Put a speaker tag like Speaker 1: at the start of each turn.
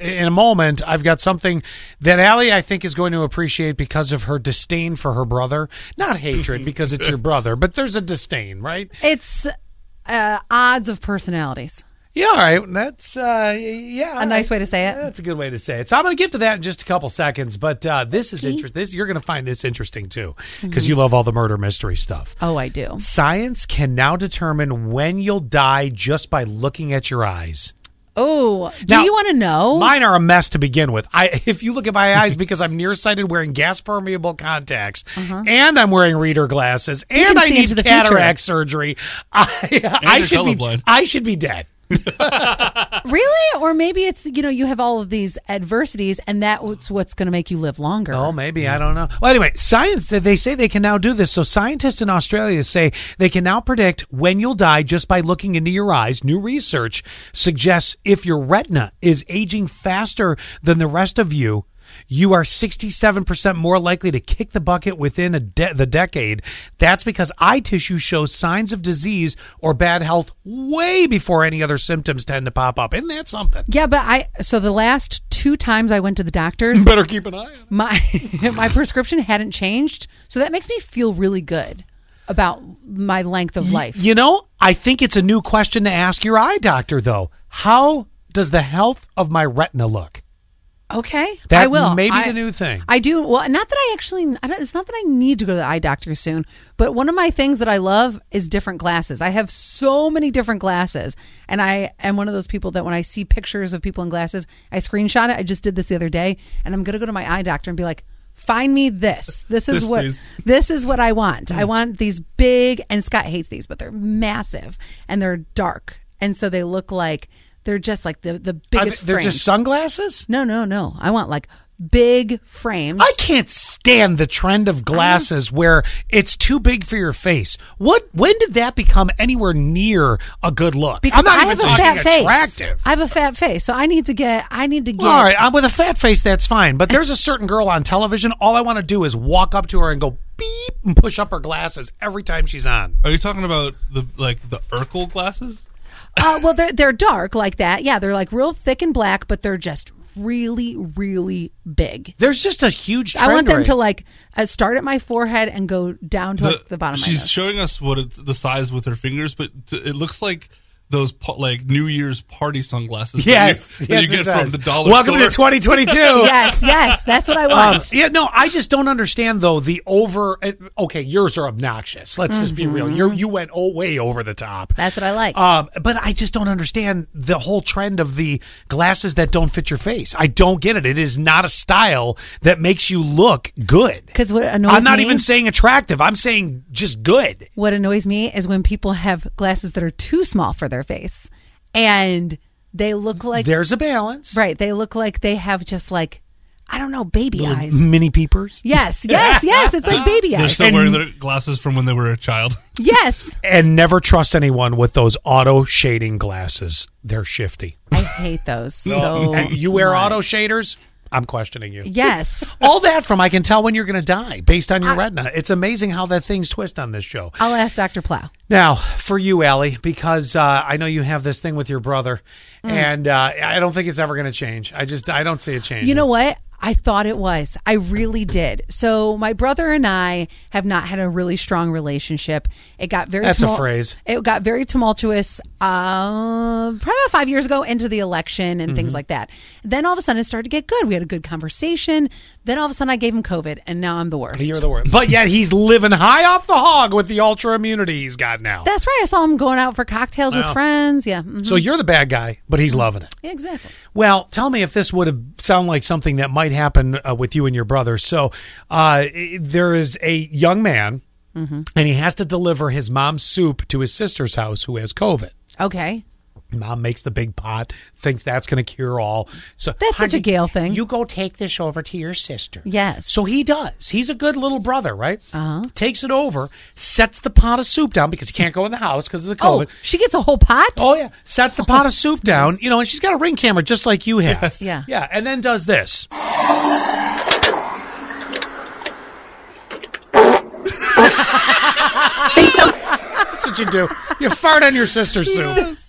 Speaker 1: in a moment, I've got something that Allie, I think, is going to appreciate because of her disdain for her brother. Not hatred, because it's your brother, but there's a disdain, right?
Speaker 2: It's uh, odds of personalities.
Speaker 1: Yeah, all right. That's uh, yeah,
Speaker 2: A nice way to say it.
Speaker 1: That's a good way to say it. So I'm going to get to that in just a couple seconds, but uh, this is interesting. This you're going to find this interesting too,
Speaker 2: Mm-hmm.
Speaker 1: because you love all the murder mystery stuff.
Speaker 2: Oh, I do.
Speaker 1: Science can now determine when you'll die just by looking at your eyes.
Speaker 2: Oh, do
Speaker 1: Now-
Speaker 2: you want to know?
Speaker 1: Mine are a mess to begin with. I if you look at my eyes because I'm nearsighted, wearing gas permeable contacts, and I'm wearing reader glasses, and
Speaker 2: Uh-huh. can
Speaker 1: I
Speaker 2: see
Speaker 1: need
Speaker 2: into the
Speaker 1: cataract surgery. I, I
Speaker 3: you're
Speaker 1: should be
Speaker 3: colorblind.
Speaker 1: I should be dead.
Speaker 2: really? Or maybe it's you know you have all of these adversities, and that's what's going to make you live longer.
Speaker 1: Oh, maybe I don't know. Well, anyway, science they say they can now do this. So scientists in Australia say they can now predict when you'll die just by looking into your eyes. New research suggests if your retina is aging faster than the rest of you, you are 67% more likely to kick the bucket within a de- the decade. That's because eye tissue shows signs of disease or bad health way before any other symptoms tend to pop up. Isn't that something?
Speaker 2: Yeah, but I so the last two times I went to the doctors,
Speaker 1: Better keep an eye on it.
Speaker 2: my my prescription hadn't changed, so that makes me feel really good about my length of life.
Speaker 1: You know, I think it's a new question to ask your eye doctor, though. How does the health of my retina look?
Speaker 2: Okay,
Speaker 1: That
Speaker 2: I will.
Speaker 1: may be
Speaker 2: I-
Speaker 1: the new thing.
Speaker 2: I do well. Not that I actually. I don't, it's not that I need to go to the eye doctor soon. But one of my things that I love is different glasses. I have so many different glasses, and I am one of those people that when I see pictures of people in glasses, I screenshot it. I just did this the other day, and I'm gonna go to my eye doctor and be like, "Find me this. This is
Speaker 3: This,
Speaker 2: what
Speaker 3: please."
Speaker 2: this is what I want.
Speaker 1: Mm.
Speaker 2: I want these big." And Scott hates these, but they're massive and they're dark, and so they look like they're just like the the
Speaker 1: Are
Speaker 2: biggest.
Speaker 1: they- they're
Speaker 2: frames.
Speaker 1: just sunglasses?
Speaker 2: No, no, no. I want like big frames.
Speaker 1: I can't stand the trend of glasses where it's too big for your face. What? When did that become anywhere near a good look?
Speaker 2: because
Speaker 1: I'm not
Speaker 2: I
Speaker 1: even
Speaker 2: have a
Speaker 1: talking
Speaker 2: fat
Speaker 1: attractive.
Speaker 2: face. I have a fat face, so I need to get. I need to get.
Speaker 1: All right, I'm with a fat face. That's fine. But there's a certain girl on television. All I want to do is walk up to her and go beep and push up her glasses every time she's on.
Speaker 3: Are you talking about the like the Urkel glasses?
Speaker 2: Uh, well, they're they're dark like that. Yeah, they're like real thick and black, but they're just really, really big.
Speaker 1: There's just a huge. Trend
Speaker 2: I want them
Speaker 1: right
Speaker 2: to like uh, start at my forehead and go down to like, the bottom of my
Speaker 3: She's
Speaker 2: nose.
Speaker 3: showing us what it's, the size with her fingers, but t- it looks like those pa- like New Year's party sunglasses. that you-
Speaker 1: Yes,
Speaker 3: that you,
Speaker 1: yes, it
Speaker 3: get from
Speaker 1: does.
Speaker 3: the dollar
Speaker 1: Welcome
Speaker 3: store.
Speaker 1: to 2022.
Speaker 2: yes, yes, that's what I
Speaker 1: Um,
Speaker 2: want.
Speaker 1: yeah, no, I just don't understand though the over. uh, Okay, yours are obnoxious. Let's just be real. You you went oh, way over the top.
Speaker 2: Mm-hmm. that's what I like.
Speaker 1: Um, but I just don't understand the whole trend of the glasses that don't fit your face. I don't get it. It is not a style that makes you look good.
Speaker 2: 'Cause what annoys
Speaker 1: I'm not
Speaker 2: me-
Speaker 1: even saying attractive. I'm saying just good.
Speaker 2: What annoys me is when people have glasses that are too small for their face, and they look like
Speaker 1: There's a balance.
Speaker 2: Right. They look like they have just like, I don't know, baby eyes.
Speaker 1: Mini peepers.
Speaker 2: Yes, yes, yes. It's like baby
Speaker 3: They're
Speaker 2: eyes.
Speaker 3: still
Speaker 1: And-
Speaker 3: wearing their glasses from when they were a child.
Speaker 2: Yes.
Speaker 1: And never trust anyone with those auto shading glasses. They're shifty.
Speaker 2: I hate those. So
Speaker 1: And you wear
Speaker 2: much.
Speaker 1: auto shaders? I'm questioning you.
Speaker 2: Yes.
Speaker 1: All that from I can tell when you're going to die based on your
Speaker 2: I-
Speaker 1: retina. It's amazing how that things twist on this show.
Speaker 2: I'll ask Dr. Plow.
Speaker 1: Now, for you, Allie, because uh, I know you have this thing with your brother,
Speaker 2: Hmm.
Speaker 1: and uh, I don't think it's ever going to change. I just I don't see it change.
Speaker 2: You know what? I thought it was. I really did. So my brother and I have not had a really strong relationship. It got very
Speaker 1: That's a phrase.
Speaker 2: It got very tumultuous. Uh, probably about five years ago into the election and
Speaker 1: Mm-hmm.
Speaker 2: things like that. Then all of a sudden it started to get good. We had a good conversation. Then all of a sudden I gave him COVID, and now I'm the worst.
Speaker 1: you're the worst. But yet he's living high off the hog with the ultra immunity he's got now.
Speaker 2: That's right. I saw him going out for cocktails with
Speaker 1: Wow.
Speaker 2: friends. Yeah. mhm.
Speaker 1: so you're the bad guy, but he's loving it.
Speaker 2: Yeah, exactly.
Speaker 1: Well, tell me if this would have sound like something that might happen uh, with you and your brother. So, uh, i- there is a young man,
Speaker 2: Mm-hmm.
Speaker 1: and he has to deliver his mom's soup to his sister's house who has COVID.
Speaker 2: Okay.
Speaker 1: Mom makes the big pot, thinks that's going to cure all. So
Speaker 2: That's such a
Speaker 1: "Honey,
Speaker 2: Gail thing."
Speaker 1: You go take this over to your sister.
Speaker 2: Yes.
Speaker 1: So he does. He's a good little brother, right? Uh-huh. Takes it over, sets the pot of soup down because he can't go in the house because of the
Speaker 2: Oh,
Speaker 1: COVID.
Speaker 2: she gets a whole pot?
Speaker 1: Oh yeah, sets the pot of
Speaker 2: that's
Speaker 1: soup
Speaker 2: nice.
Speaker 1: down, you know, and she's got a ring camera just like you have.
Speaker 2: Yeah.
Speaker 1: yeah, and then does this. That's what you do. You fart on your sister's soup.